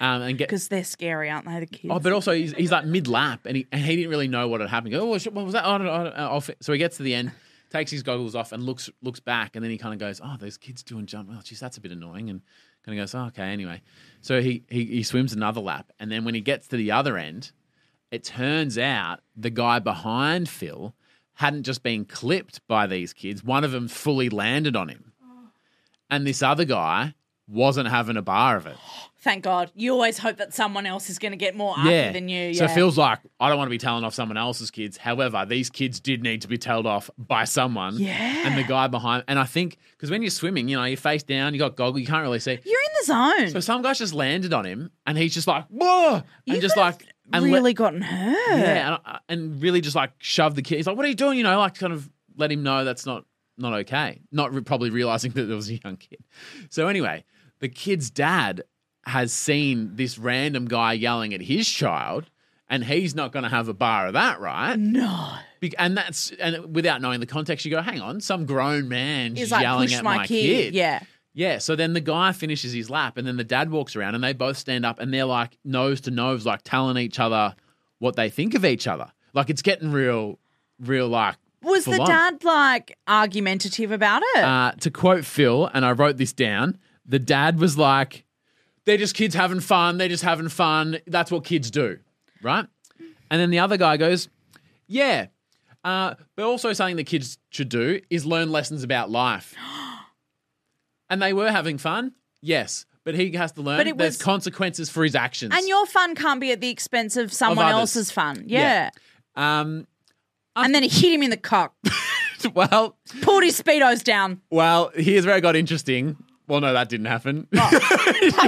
[SPEAKER 1] um, and gets
[SPEAKER 2] Because they're scary, aren't they, the kids?
[SPEAKER 1] Oh, but also he's, he's like mid lap, and he and he didn't really know what had happened. He goes, oh, shit, what was that? I don't know. I don't know. I'll fi-" uh, So he gets to the end, takes his goggles off, and looks looks back, and then he kind of goes, "Oh, those kids doing jump. Oh, geez, that's a bit annoying." And kind of goes, "Oh, okay, anyway." So he, he he swims another lap, and then when he gets to the other end, it turns out the guy behind Phil hadn't just been clipped by these kids. One of them fully landed on him, and this other guy wasn't having a bar of it.
[SPEAKER 2] Thank God. You always hope that someone else is going to get more
[SPEAKER 1] yeah.
[SPEAKER 2] after than you.
[SPEAKER 1] So it
[SPEAKER 2] yeah.
[SPEAKER 1] feels like I don't want to be telling off someone else's kids. However, these kids did need to be told off by someone.
[SPEAKER 2] Yeah.
[SPEAKER 1] And the guy behind. And I think because when you're swimming, you know, you're face down, you got goggles, you can't really see.
[SPEAKER 2] You're in the zone.
[SPEAKER 1] So some guy's just landed on him, and he's just like, whoa, and
[SPEAKER 2] You
[SPEAKER 1] just
[SPEAKER 2] could
[SPEAKER 1] like,
[SPEAKER 2] have
[SPEAKER 1] and
[SPEAKER 2] really
[SPEAKER 1] let-
[SPEAKER 2] gotten hurt.
[SPEAKER 1] yeah, and, I- and really just like shoved the kid. He's like, what are you doing? You know, like kind of let him know that's not not okay. Not re- probably realizing that there was a young kid. So anyway, the kid's dad has seen this random guy yelling at his child. And he's not going to have a bar of that, right?
[SPEAKER 2] No.
[SPEAKER 1] Be- And that's and without knowing the context, you go, "Hang on, some grown man
[SPEAKER 2] He's
[SPEAKER 1] just
[SPEAKER 2] like,
[SPEAKER 1] yelling
[SPEAKER 2] push
[SPEAKER 1] at
[SPEAKER 2] my, kid. Yeah.
[SPEAKER 1] yeah, so then the guy finishes his lap, and then the dad walks around, and they both stand up, and they're like nose to nose, like telling each other what they think of each other. Like it's getting real, real like.
[SPEAKER 2] Was
[SPEAKER 1] full
[SPEAKER 2] the
[SPEAKER 1] on.
[SPEAKER 2] dad like argumentative about it?
[SPEAKER 1] Uh, to quote Phil, and I wrote this down. The dad was like, "They're just kids having fun. They're just having fun. That's what kids do, right?" And then the other guy goes, "Yeah." Uh, but also something that kids should do is learn lessons about life. and they were having fun, yes, but he has to learn
[SPEAKER 2] But it
[SPEAKER 1] there's
[SPEAKER 2] was-
[SPEAKER 1] consequences for his actions.
[SPEAKER 2] and your fun can't be at the expense of someone
[SPEAKER 1] others.
[SPEAKER 2] else's fun. Yeah.
[SPEAKER 1] Yeah. um,
[SPEAKER 2] And then he hit him in the cock,
[SPEAKER 1] well,
[SPEAKER 2] pulled his Speedos down.
[SPEAKER 1] well, here's where it got interesting. Well, no, that didn't happen. yeah,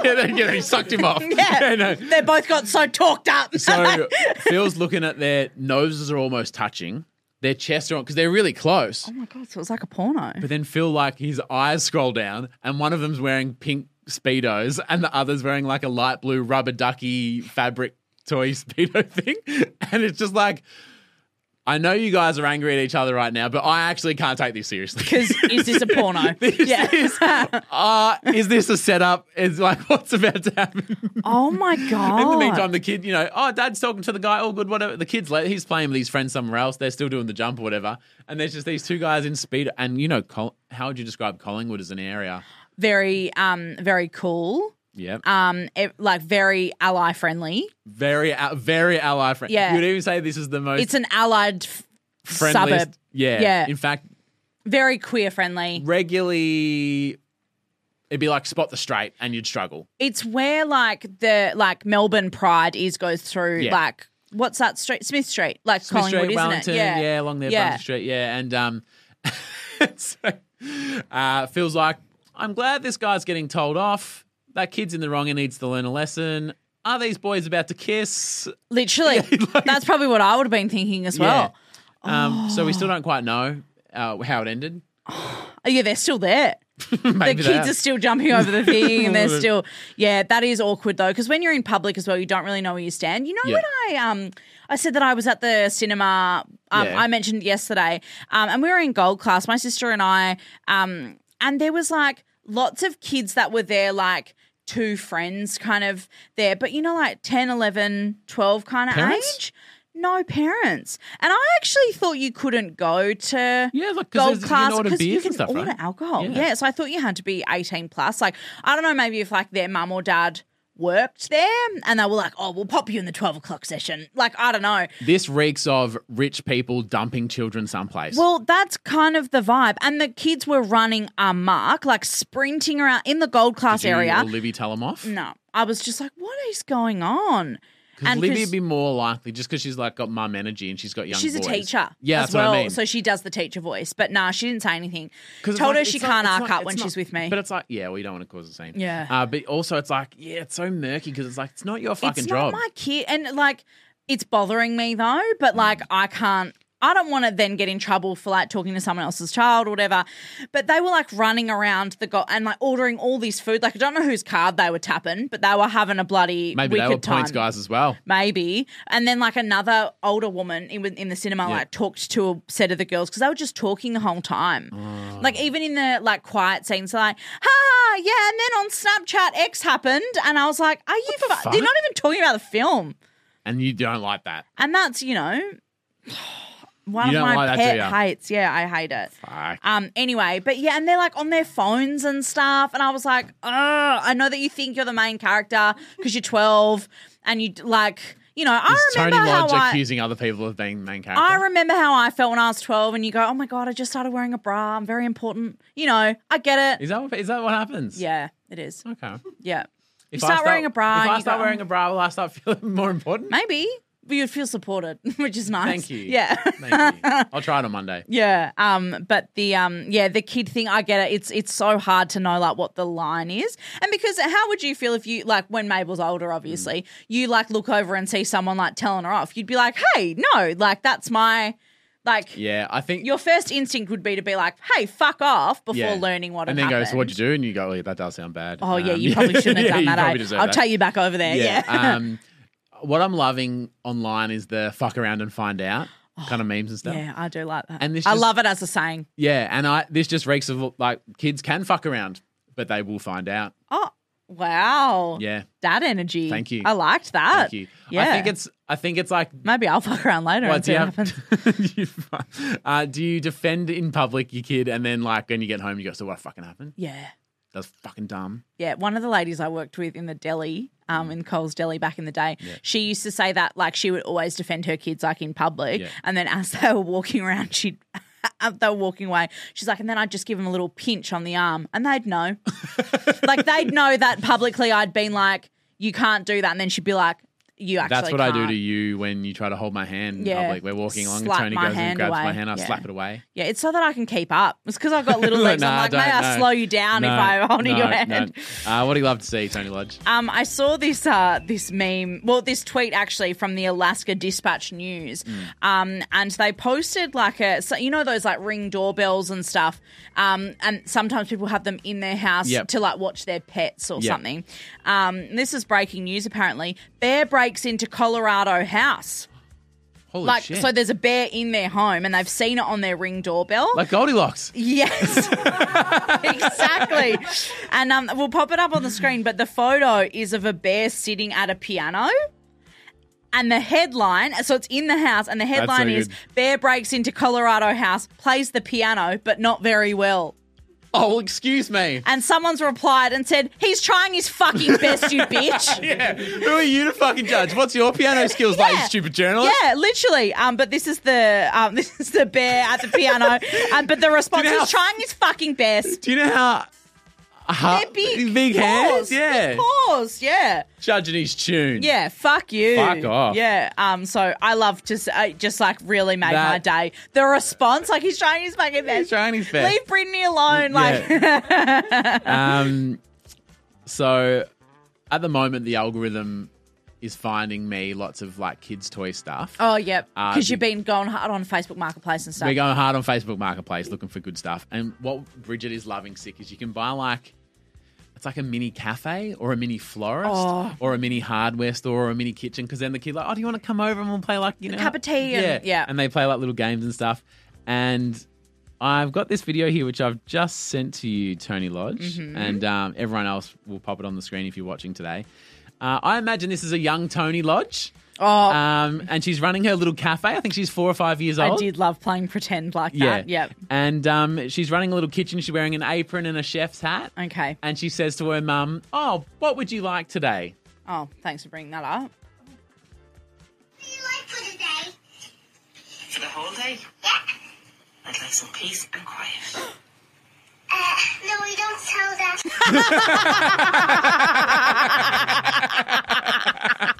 [SPEAKER 1] they- yeah, he sucked him off.
[SPEAKER 2] Oh. Yeah.
[SPEAKER 1] no.
[SPEAKER 2] They both got so talked up.
[SPEAKER 1] So Phil's looking at their noses are almost touching, their chests are on because they're really close.
[SPEAKER 2] oh my God, so it was like a porno.
[SPEAKER 1] But then Phil, like his eyes scroll down, and one of them's wearing pink speedos, and the other's wearing like a light blue rubber ducky fabric toy speedo thing, and it's just like. I know you guys are angry at each other right now, but I actually can't take this seriously.
[SPEAKER 2] Because is this a porno?
[SPEAKER 1] This
[SPEAKER 2] yeah.
[SPEAKER 1] is, uh, is this a setup? Is like what's about to happen?
[SPEAKER 2] oh my God.
[SPEAKER 1] In the meantime, the kid, you know, oh, dad's talking to the guy, all good, whatever. The kid's late. He's playing with his friends somewhere else. They're still doing the jump or whatever. And there's just these two guys in speed. And, you know, Col- how would you describe Collingwood as an area?
[SPEAKER 2] very, um, very cool.
[SPEAKER 1] Yeah.
[SPEAKER 2] Um, it, like very ally friendly.
[SPEAKER 1] very, al- very ally friendly.
[SPEAKER 2] Yeah.
[SPEAKER 1] You would even say this is the most
[SPEAKER 2] It's an allied f-
[SPEAKER 1] friendliest-
[SPEAKER 2] suburb.
[SPEAKER 1] Yeah.
[SPEAKER 2] Yeah.
[SPEAKER 1] In fact,
[SPEAKER 2] Very queer friendly.
[SPEAKER 1] regularly, it'd be like spot the straight and you'd struggle.
[SPEAKER 2] It's where like the like Melbourne Pride is goes through
[SPEAKER 1] Yeah.
[SPEAKER 2] like what's that street? Smith Street, like
[SPEAKER 1] Smith
[SPEAKER 2] Collingwood,
[SPEAKER 1] Street,
[SPEAKER 2] isn't
[SPEAKER 1] Wellington,
[SPEAKER 2] it? Yeah,
[SPEAKER 1] along there,
[SPEAKER 2] Yeah.
[SPEAKER 1] Brunswick Street, yeah. And um, so, uh, feels like I'm glad this guy's getting told off. That kid's in the wrong and needs to learn a lesson. Are these boys about to kiss?
[SPEAKER 2] literally. That's probably what I would have been thinking as well.
[SPEAKER 1] Yeah. Um, So we still don't quite know uh, how it ended.
[SPEAKER 2] Oh, yeah, they're still there. The
[SPEAKER 1] Maybe they
[SPEAKER 2] kids
[SPEAKER 1] are.
[SPEAKER 2] are still jumping over the thing, and they're still yeah. That is awkward though, because when you're in public as well, you don't really know where you stand. You know
[SPEAKER 1] Yeah.
[SPEAKER 2] when I um I said that I was at the cinema. Um,
[SPEAKER 1] Yeah.
[SPEAKER 2] I mentioned yesterday, um, and we were in gold class. My sister and I, um, and there was like lots of kids that were there, like two friends kind of there, but you know, like 10, 11, 12 kind of
[SPEAKER 1] Parents?
[SPEAKER 2] age. No parents, and I actually thought you couldn't go to
[SPEAKER 1] Yeah, like, 'cause there's- you
[SPEAKER 2] gold
[SPEAKER 1] can
[SPEAKER 2] class
[SPEAKER 1] order
[SPEAKER 2] because you
[SPEAKER 1] beers
[SPEAKER 2] can
[SPEAKER 1] and stuff,
[SPEAKER 2] order
[SPEAKER 1] right?
[SPEAKER 2] alcohol.
[SPEAKER 1] Yeah.
[SPEAKER 2] Yeah. so I thought you had to be 18 plus. Like, I don't know, maybe if like their mum or dad worked there and they were like, oh, we'll pop you in the 12 o'clock session. Like, I don't know.
[SPEAKER 1] This reeks of rich people dumping children someplace.
[SPEAKER 2] Well, that's kind of the vibe. And the kids were running amok, like sprinting around in the gold class
[SPEAKER 1] Did you
[SPEAKER 2] area.
[SPEAKER 1] or Libby tell him off?
[SPEAKER 2] no, I was just like, what is going on?
[SPEAKER 1] Because Libby
[SPEAKER 2] Chris-
[SPEAKER 1] would be more likely just because she's like got mum energy and she's got young
[SPEAKER 2] She's a
[SPEAKER 1] boys.
[SPEAKER 2] teacher.
[SPEAKER 1] Yeah,
[SPEAKER 2] as
[SPEAKER 1] that's
[SPEAKER 2] well,
[SPEAKER 1] what I mean.
[SPEAKER 2] So she does the teacher voice. But nah, she didn't say anything.
[SPEAKER 1] 'Cause it's
[SPEAKER 2] Told
[SPEAKER 1] like-
[SPEAKER 2] her she
[SPEAKER 1] it's not-
[SPEAKER 2] can't
[SPEAKER 1] it's
[SPEAKER 2] arc
[SPEAKER 1] not-
[SPEAKER 2] up
[SPEAKER 1] it's
[SPEAKER 2] when
[SPEAKER 1] not-
[SPEAKER 2] she's with me.
[SPEAKER 1] But it's like, yeah, we don't want to cause a scene.
[SPEAKER 2] Yeah.
[SPEAKER 1] Uh, but also, it's like, yeah, it's so murky because it's like it's not your fucking
[SPEAKER 2] it's
[SPEAKER 1] job.
[SPEAKER 2] not my kid, and like it's bothering me though. But
[SPEAKER 1] Mm.
[SPEAKER 2] like I can't. I don't want to then get in trouble for like talking to someone else's child or whatever. But they were like running around the go- and like ordering all this food. Like I don't know whose card they were tapping, but they were having a bloody
[SPEAKER 1] Maybe they
[SPEAKER 2] wicked
[SPEAKER 1] were
[SPEAKER 2] time.
[SPEAKER 1] points guys as well.
[SPEAKER 2] Maybe. And then like another older woman in in the cinema like talked to a set of the girls because they were just talking the whole time.
[SPEAKER 1] Ah.
[SPEAKER 2] Like even in the like quiet scenes, they're like, ha, yeah. And then on Snapchat X happened, and I was like, are you?
[SPEAKER 1] the
[SPEAKER 2] Fu- They're
[SPEAKER 1] fuck?
[SPEAKER 2] not even talking about the film,
[SPEAKER 1] And you don't like that.
[SPEAKER 2] and that's you know. One
[SPEAKER 1] You
[SPEAKER 2] of
[SPEAKER 1] don't
[SPEAKER 2] my
[SPEAKER 1] like that, do
[SPEAKER 2] pet
[SPEAKER 1] ya?
[SPEAKER 2] hates. Yeah, I hate it.
[SPEAKER 1] Fuck.
[SPEAKER 2] Um. Anyway, but yeah, and they're like on their phones and stuff, and I was like, oh, I know that you think you're the main character because you're 12, and you like, you know, I
[SPEAKER 1] Is Tony
[SPEAKER 2] remember how
[SPEAKER 1] Lodge
[SPEAKER 2] I,
[SPEAKER 1] accusing other people of being the main character?
[SPEAKER 2] I remember how I felt when I was 12, and you go, oh my god, I just started wearing a bra. I'm very important. You know, I get it.
[SPEAKER 1] is that what, is that what happens?
[SPEAKER 2] yeah. It is.
[SPEAKER 1] Okay.
[SPEAKER 2] Yeah.
[SPEAKER 1] If
[SPEAKER 2] start wearing a bra,
[SPEAKER 1] If I
[SPEAKER 2] you
[SPEAKER 1] start
[SPEAKER 2] go, "Mm."
[SPEAKER 1] wearing a bra, will I start feeling more important?
[SPEAKER 2] Maybe. But you'd feel supported, which is nice.
[SPEAKER 1] Thank you.
[SPEAKER 2] Yeah.
[SPEAKER 1] Thank you. I'll try it on Monday.
[SPEAKER 2] Yeah. Um, but the um yeah, the kid thing, I get it. It's it's so hard to know like what the line is. And because how would you feel if you like when Mabel's older, obviously,
[SPEAKER 1] Mm.
[SPEAKER 2] you like look over and see someone like telling her off, you'd be like, Hey, no, like that's my like
[SPEAKER 1] Yeah, I think.
[SPEAKER 2] your first instinct would be to be like, Hey, fuck off before
[SPEAKER 1] yeah.
[SPEAKER 2] learning what
[SPEAKER 1] And
[SPEAKER 2] had
[SPEAKER 1] then
[SPEAKER 2] happened.
[SPEAKER 1] go, so what'd you do? And you go, oh, yeah, that does sound bad.
[SPEAKER 2] Oh yeah,
[SPEAKER 1] Um,
[SPEAKER 2] you probably shouldn't have
[SPEAKER 1] yeah,
[SPEAKER 2] done
[SPEAKER 1] you
[SPEAKER 2] that.
[SPEAKER 1] probably
[SPEAKER 2] eh?
[SPEAKER 1] deserve
[SPEAKER 2] I'll
[SPEAKER 1] that.
[SPEAKER 2] take you back over there. Yeah.
[SPEAKER 1] um, what I'm loving online is the fuck around and find out kind of memes and stuff.
[SPEAKER 2] Oh, Yeah, I do like that.
[SPEAKER 1] And this
[SPEAKER 2] I
[SPEAKER 1] just-
[SPEAKER 2] love it as a saying.
[SPEAKER 1] Yeah, and I this just reeks of like kids can fuck around, but they will find out.
[SPEAKER 2] Oh, wow.
[SPEAKER 1] Yeah,
[SPEAKER 2] That energy.
[SPEAKER 1] Thank you.
[SPEAKER 2] I liked that.
[SPEAKER 1] thank you. I
[SPEAKER 2] Oh, yeah.
[SPEAKER 1] think it's I think it's like
[SPEAKER 2] Maybe I'll fuck around later
[SPEAKER 1] what
[SPEAKER 2] and
[SPEAKER 1] do
[SPEAKER 2] see
[SPEAKER 1] you
[SPEAKER 2] what
[SPEAKER 1] have?
[SPEAKER 2] happens.
[SPEAKER 1] you fu- uh, do you defend in public your kid, and then like when you get home, you go, so what fucking happened?
[SPEAKER 2] Yeah.
[SPEAKER 1] That's fucking dumb.
[SPEAKER 2] Yeah. One of the ladies I worked with in the deli, um, in Coles Deli back in the day, she used to say that like she would always defend her kids like in public.
[SPEAKER 1] Yeah.
[SPEAKER 2] And then as they were walking around, she'd they were walking away. She's like, and then I'd just give them a little pinch on the arm and they'd know. like they'd know that publicly I'd been like, you can't do that. And then she'd be like, you actually
[SPEAKER 1] That's what I do
[SPEAKER 2] can't.
[SPEAKER 1] to you when you try to hold my hand in
[SPEAKER 2] Yeah.
[SPEAKER 1] public. We're walking along,
[SPEAKER 2] Slap
[SPEAKER 1] and Tony
[SPEAKER 2] my
[SPEAKER 1] goes and
[SPEAKER 2] hand
[SPEAKER 1] grabs my
[SPEAKER 2] away.
[SPEAKER 1] hand. I
[SPEAKER 2] Yeah.
[SPEAKER 1] slap it away.
[SPEAKER 2] Yeah, it's so that I can keep up. It's because I've got little legs.
[SPEAKER 1] Nah,
[SPEAKER 2] I'm like, may
[SPEAKER 1] don't,
[SPEAKER 2] I
[SPEAKER 1] no.
[SPEAKER 2] slow you down
[SPEAKER 1] No,
[SPEAKER 2] if I'm holding
[SPEAKER 1] no,
[SPEAKER 2] your hand?
[SPEAKER 1] no. Uh, what do you love to see, Tony Lodge?
[SPEAKER 2] Um, I saw this uh, this meme, well, this tweet actually from the Alaska Dispatch News,
[SPEAKER 1] Hmm.
[SPEAKER 2] um, and they posted like a, so, you know, those like ring doorbells and stuff, um, and sometimes people have them in their house
[SPEAKER 1] Yep.
[SPEAKER 2] to like watch their pets or
[SPEAKER 1] Yep.
[SPEAKER 2] something. Um, and this is breaking news apparently. Bear breaks into Colorado house.
[SPEAKER 1] Holy
[SPEAKER 2] Like,
[SPEAKER 1] Oh, shit!
[SPEAKER 2] so there's a bear in their home, and they've seen it on their ring doorbell.
[SPEAKER 1] like Goldilocks.
[SPEAKER 2] Yes, exactly. And um, we'll pop it up on the screen, but the photo is of a bear sitting at a piano. And the headline, so it's in the house, and the
[SPEAKER 1] so
[SPEAKER 2] headline is
[SPEAKER 1] good.
[SPEAKER 2] Bear breaks into Colorado house, plays the piano, but not very well.
[SPEAKER 1] Oh, well, excuse me.
[SPEAKER 2] And someone's replied and said, He's trying his fucking best, you bitch.
[SPEAKER 1] Yeah. Who are you to fucking judge? What's your piano skills like, you
[SPEAKER 2] Yeah.
[SPEAKER 1] stupid journalist?
[SPEAKER 2] Yeah, literally. Um, but this is the um, this is the bear at the piano. um, but the response
[SPEAKER 1] know-
[SPEAKER 2] is trying his fucking best.
[SPEAKER 1] Do you know how how
[SPEAKER 2] They're big,
[SPEAKER 1] Uh, hands?
[SPEAKER 2] paws.
[SPEAKER 1] Yeah.
[SPEAKER 2] Big paws. Yeah.
[SPEAKER 1] Judging his tune.
[SPEAKER 2] Yeah, fuck you.
[SPEAKER 1] Fuck off.
[SPEAKER 2] Yeah. Um. So I love just uh, just like really made
[SPEAKER 1] That-
[SPEAKER 2] my day. The response, like he's trying his fucking best.
[SPEAKER 1] He's trying his best.
[SPEAKER 2] Leave Brittany alone. Like,
[SPEAKER 1] Yeah. um, so at the moment, the algorithm is finding me lots of like kids' toy stuff.
[SPEAKER 2] oh yeah,
[SPEAKER 1] Uh,
[SPEAKER 2] because you've
[SPEAKER 1] the-
[SPEAKER 2] been going hard on Facebook Marketplace and stuff.
[SPEAKER 1] We're going hard on Facebook Marketplace looking for good stuff. And what Bridget is loving sick is you can buy like it's like a mini cafe or a mini florist
[SPEAKER 2] Oh.
[SPEAKER 1] or a mini hardware store or a mini kitchen because then the kid like, oh, do you want to come over and we'll play like you know
[SPEAKER 2] cup of tea
[SPEAKER 1] yeah.
[SPEAKER 2] and- yeah.
[SPEAKER 1] and they play like little games and stuff. And I've got this video here which I've just sent to you, Tony Lodge,
[SPEAKER 2] Mm-hmm.
[SPEAKER 1] and um, everyone else will pop it on the screen if you're watching today. Uh, I imagine this is a young Tony Lodge.
[SPEAKER 2] oh,
[SPEAKER 1] Um, and she's running her little cafe. I think she's four or five years old.
[SPEAKER 2] I did love playing pretend like that. Yep.
[SPEAKER 1] And um, she's running a little kitchen. She's wearing an apron and a chef's hat.
[SPEAKER 2] Okay.
[SPEAKER 1] And she says to her mum, Oh, what would you like today?
[SPEAKER 2] Oh, thanks for bringing that up.
[SPEAKER 4] you like for the day?
[SPEAKER 5] For the whole day?
[SPEAKER 4] Yeah.
[SPEAKER 5] I'd like some peace and quiet.
[SPEAKER 4] Uh, no, we don't tell that.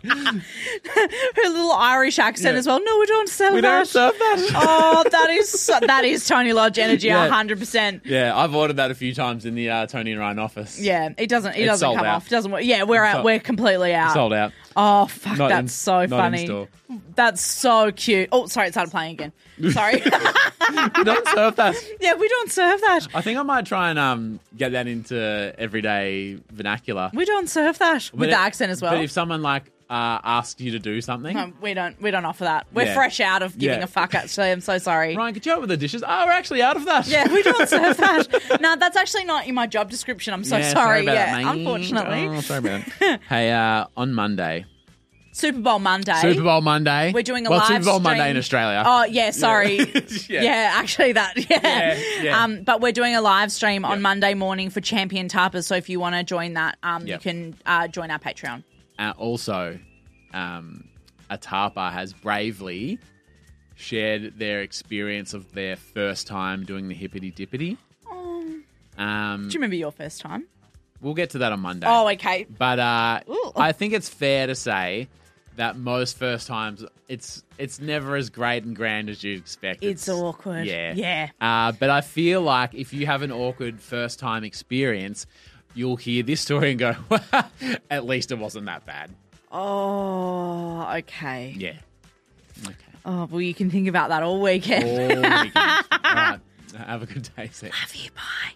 [SPEAKER 2] Her little Irish accent
[SPEAKER 1] Yeah.
[SPEAKER 2] as well. No, we don't sell
[SPEAKER 1] We
[SPEAKER 2] that.
[SPEAKER 1] don't serve that.
[SPEAKER 2] oh, that is so, that is Tony Lodge energy,
[SPEAKER 1] Yeah.
[SPEAKER 2] hundred percent.
[SPEAKER 1] Yeah, I've ordered that a few times in the uh, Tony and Ryan office.
[SPEAKER 2] Yeah, it doesn't. It
[SPEAKER 1] It's
[SPEAKER 2] doesn't
[SPEAKER 1] sold
[SPEAKER 2] come
[SPEAKER 1] out.
[SPEAKER 2] off. Doesn't work. Yeah, we're out.
[SPEAKER 1] sold-
[SPEAKER 2] We're completely out.
[SPEAKER 1] Sold out.
[SPEAKER 2] Oh fuck,
[SPEAKER 1] Not in-
[SPEAKER 2] that's so
[SPEAKER 1] not in
[SPEAKER 2] funny.
[SPEAKER 1] store.
[SPEAKER 2] That's so cute. Oh, sorry, it started playing again. Sorry.
[SPEAKER 1] We don't serve that.
[SPEAKER 2] yeah, we don't serve that.
[SPEAKER 1] I think I might try and um, get that into everyday vernacular.
[SPEAKER 2] We don't serve that with
[SPEAKER 1] But
[SPEAKER 2] the
[SPEAKER 1] if-
[SPEAKER 2] accent as well.
[SPEAKER 1] But if someone like uh, asks you to do something,
[SPEAKER 2] No, we don't. We don't offer that. We're
[SPEAKER 1] Yeah.
[SPEAKER 2] fresh out of giving
[SPEAKER 1] Yeah.
[SPEAKER 2] a fuck. Actually, I'm so sorry.
[SPEAKER 1] Ryan, could you help with the dishes? Oh, we're actually out of that.
[SPEAKER 2] Yeah, we don't serve that. no, that's actually not in my job description. I'm so
[SPEAKER 1] Yeah,
[SPEAKER 2] sorry.
[SPEAKER 1] about
[SPEAKER 2] yeah,
[SPEAKER 1] that, mate.
[SPEAKER 2] unfortunately,
[SPEAKER 1] Oh, sorry about that. hey, uh, on Monday,
[SPEAKER 2] Super Bowl Monday.
[SPEAKER 1] Super Bowl Monday.
[SPEAKER 2] We're doing a
[SPEAKER 1] well,
[SPEAKER 2] live
[SPEAKER 1] Super Bowl
[SPEAKER 2] stream.
[SPEAKER 1] Monday in Australia.
[SPEAKER 2] Oh yeah, sorry.
[SPEAKER 1] Yeah.
[SPEAKER 2] yeah. actually that. Yeah.
[SPEAKER 1] Yeah, yeah.
[SPEAKER 2] Um, but we're doing a live stream on Monday morning for Champion Tapas. So if you want to join that, um,
[SPEAKER 1] Yep.
[SPEAKER 2] you can uh, join our Patreon.
[SPEAKER 1] Uh, also, um, Atapa has bravely shared their experience of their first time doing the hippity dippity.
[SPEAKER 2] Oh,
[SPEAKER 1] Um,
[SPEAKER 2] do you remember your first time?
[SPEAKER 1] We'll get to that on Monday.
[SPEAKER 2] Oh, okay.
[SPEAKER 1] But uh,
[SPEAKER 2] Ooh.
[SPEAKER 1] I think it's fair to say that most first times, it's it's never as great and grand as you expect.
[SPEAKER 2] It's awkward.
[SPEAKER 1] Yeah,
[SPEAKER 2] Yeah.
[SPEAKER 1] Uh, but I feel like if you have an awkward first time experience, you'll hear this story and go, "At least it wasn't that bad."
[SPEAKER 2] Oh, okay.
[SPEAKER 1] Yeah. Okay.
[SPEAKER 2] Oh, well, you can think about that all weekend.
[SPEAKER 1] All weekend. All right. Have a good day, Sam.
[SPEAKER 2] Love you. Bye.